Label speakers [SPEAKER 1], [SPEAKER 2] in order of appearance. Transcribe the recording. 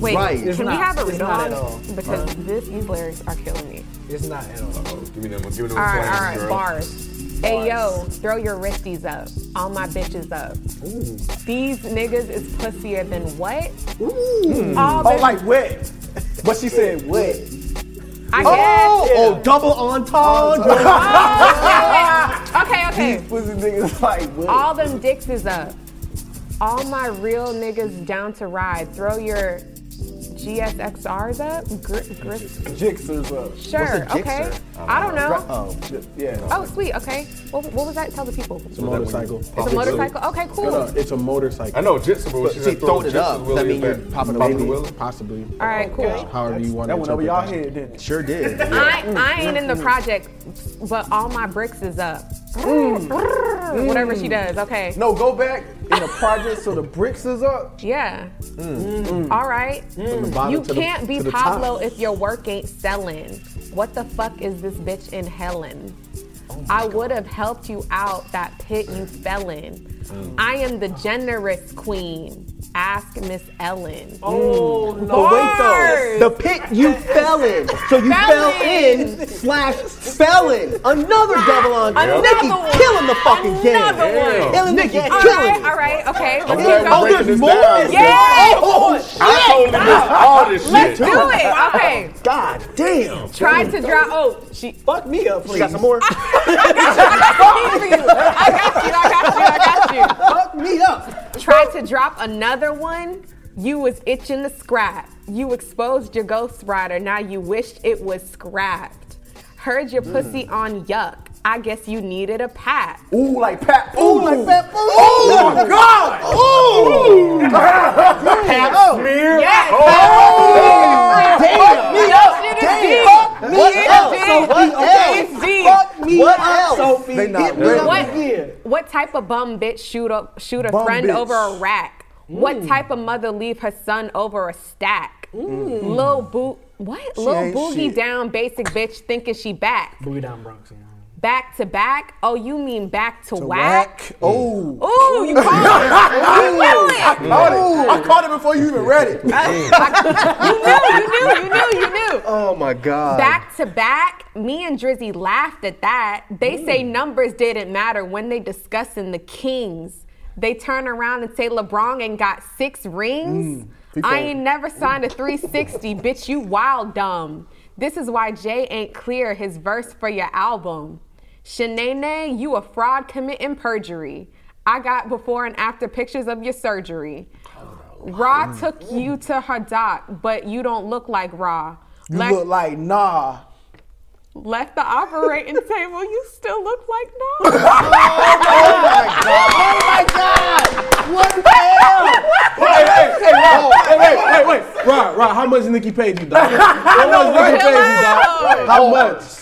[SPEAKER 1] Wait,
[SPEAKER 2] Right.
[SPEAKER 1] can
[SPEAKER 2] It's
[SPEAKER 1] we
[SPEAKER 3] not-
[SPEAKER 1] have a
[SPEAKER 3] it's not at
[SPEAKER 1] response?
[SPEAKER 3] all.
[SPEAKER 1] Because this, these lyrics are killing me.
[SPEAKER 3] It's not at all.
[SPEAKER 2] Oh, give me them. Give me them.
[SPEAKER 1] All right,
[SPEAKER 2] flames,
[SPEAKER 1] all right,
[SPEAKER 2] girl.
[SPEAKER 1] bars. Hey yo, throw your wristies up. All my bitches up. These niggas is pussier than what?
[SPEAKER 3] Ooh.
[SPEAKER 1] All
[SPEAKER 3] Oh,
[SPEAKER 1] the-
[SPEAKER 3] like wet. But she said wet.
[SPEAKER 1] I
[SPEAKER 3] Oh,
[SPEAKER 1] guess.
[SPEAKER 3] oh, double entendre. oh!
[SPEAKER 1] Okay, okay.
[SPEAKER 3] Pussy niggas like wet.
[SPEAKER 1] All them dicks is up. All my real niggas down to ride. Throw your GSXRs up. Gr- gr-
[SPEAKER 3] Jixers up.
[SPEAKER 1] sure, okay. I don't know.
[SPEAKER 3] Oh, shit, yeah.
[SPEAKER 1] Oh, sweet, okay. What, what was that? Tell the people. It's
[SPEAKER 3] It's a motorcycle.
[SPEAKER 1] a motorcycle? Okay,
[SPEAKER 3] No, no,
[SPEAKER 1] cool.
[SPEAKER 3] it's a motorcycle.
[SPEAKER 2] I know Jitsu, but she's
[SPEAKER 4] she throwed it up. That mean you're popping
[SPEAKER 2] Popping
[SPEAKER 4] the
[SPEAKER 2] the
[SPEAKER 4] wheelie,
[SPEAKER 2] wheelie?
[SPEAKER 4] possibly.
[SPEAKER 1] All right, cool.
[SPEAKER 4] However you want to
[SPEAKER 3] That went over
[SPEAKER 4] interpret
[SPEAKER 3] y'all
[SPEAKER 4] that.
[SPEAKER 3] head, didn't it?
[SPEAKER 4] Sure did.
[SPEAKER 1] I, I ain't in the project, but all my bricks is up. Mm. Whatever she does, okay.
[SPEAKER 3] Mm. No, go back in the project so the bricks is up.
[SPEAKER 1] Yeah. Mm. All right.
[SPEAKER 3] Mm. From the bottom
[SPEAKER 1] You
[SPEAKER 3] to the-
[SPEAKER 1] can't be
[SPEAKER 3] to the top.
[SPEAKER 1] Pablo if your work ain't selling. What the fuck is this bitch in Helen?
[SPEAKER 3] Oh
[SPEAKER 1] I would have helped you out that pit you fell in.
[SPEAKER 3] Mm.
[SPEAKER 1] I am the generous queen. Ask Miss Ellen.
[SPEAKER 3] Oh, no.
[SPEAKER 4] But wait
[SPEAKER 1] Bars.
[SPEAKER 4] though, the pit you fell in. So you fell
[SPEAKER 1] Felon.
[SPEAKER 4] in slash fell in. Another double entendre.
[SPEAKER 1] Another
[SPEAKER 4] Nikki
[SPEAKER 1] one.
[SPEAKER 4] killing the fucking
[SPEAKER 1] Another
[SPEAKER 4] game.
[SPEAKER 1] one.
[SPEAKER 4] Killing Nikki,
[SPEAKER 1] All
[SPEAKER 4] killing
[SPEAKER 1] right,
[SPEAKER 4] it.
[SPEAKER 1] all right, okay.
[SPEAKER 2] glad
[SPEAKER 1] Let's keep
[SPEAKER 2] we're
[SPEAKER 4] Oh,
[SPEAKER 1] going.
[SPEAKER 2] breaking
[SPEAKER 4] there's
[SPEAKER 2] this
[SPEAKER 4] more
[SPEAKER 2] down.
[SPEAKER 4] of this.
[SPEAKER 1] Yeah.
[SPEAKER 4] Oh, shit.
[SPEAKER 2] I totally missed all this
[SPEAKER 1] Let's
[SPEAKER 2] shit.
[SPEAKER 1] do it. Okay.
[SPEAKER 4] God damn.
[SPEAKER 1] Try to draw. Oh, she.
[SPEAKER 3] Fuck me up, please.
[SPEAKER 4] You got some more?
[SPEAKER 1] I got you. I got you. I got you. I got you.
[SPEAKER 4] Fuck me up.
[SPEAKER 1] Tried to drop another one. You was itching to scrap. You exposed your ghost rider. Now you wished it was scrapped. Heard your pussy
[SPEAKER 2] Mm.
[SPEAKER 1] on yuck. I guess you needed a pat.
[SPEAKER 3] Ooh, like Pat. Ooh,
[SPEAKER 4] Ooh, like that. Oh, my God. Ooh. Pat smear.
[SPEAKER 1] Yes.
[SPEAKER 2] Oh,
[SPEAKER 4] Damn.
[SPEAKER 1] That shit is deep.
[SPEAKER 4] Fuck me
[SPEAKER 1] What
[SPEAKER 4] up,
[SPEAKER 1] else?
[SPEAKER 4] Sophie.
[SPEAKER 1] Okay. It's deep.
[SPEAKER 4] Fuck me up, Sophie.
[SPEAKER 3] What else? They not
[SPEAKER 4] Hit me
[SPEAKER 3] ready.
[SPEAKER 4] up
[SPEAKER 1] What,
[SPEAKER 4] again.
[SPEAKER 1] what type of bum bitch shoot a, shoot a
[SPEAKER 3] Bum
[SPEAKER 1] friend
[SPEAKER 3] bitch.
[SPEAKER 1] over a rack? What type of mother leave her son over a stack? Lil boo, what? Lil
[SPEAKER 3] ain't
[SPEAKER 1] boogie
[SPEAKER 3] shit.
[SPEAKER 1] down basic bitch thinking she back.
[SPEAKER 3] Boogie down Bronx.
[SPEAKER 1] Back to back? Oh, you mean back to, whack?
[SPEAKER 3] Whack. Ooh.
[SPEAKER 1] Ooh, you called it. You knew it.
[SPEAKER 3] Caught it. Oh. I caught it before you even read it.
[SPEAKER 1] You knew, you knew, you knew, you knew.
[SPEAKER 4] Oh my God.
[SPEAKER 1] Back to back, me and Drizzy laughed at that. They say
[SPEAKER 3] Mm.
[SPEAKER 1] numbers didn't matter when they discussing the Kings. They turn around and say LeBron ain't got six
[SPEAKER 3] Mm.
[SPEAKER 1] rings. I ain't never signed a 360, bitch. You wild dumb. This is why Jay ain't clear his verse for your album. Shanene, you a fraud committing perjury. I got before and after pictures of your surgery.
[SPEAKER 3] Oh,
[SPEAKER 1] Ra
[SPEAKER 3] Mm.
[SPEAKER 1] took you to her doc, but you don't look like Ra.
[SPEAKER 3] You
[SPEAKER 1] Lex-
[SPEAKER 3] look like nah.
[SPEAKER 1] left the operating table, you still look like no.
[SPEAKER 4] Oh my God. What the hell?
[SPEAKER 3] Hey, hey, hey, Rob, hey,
[SPEAKER 1] Oh.
[SPEAKER 3] wait, wait, wait. Rob, Rob, how much Nikki paid you, dog? How much Nikki paid you, dog? How much?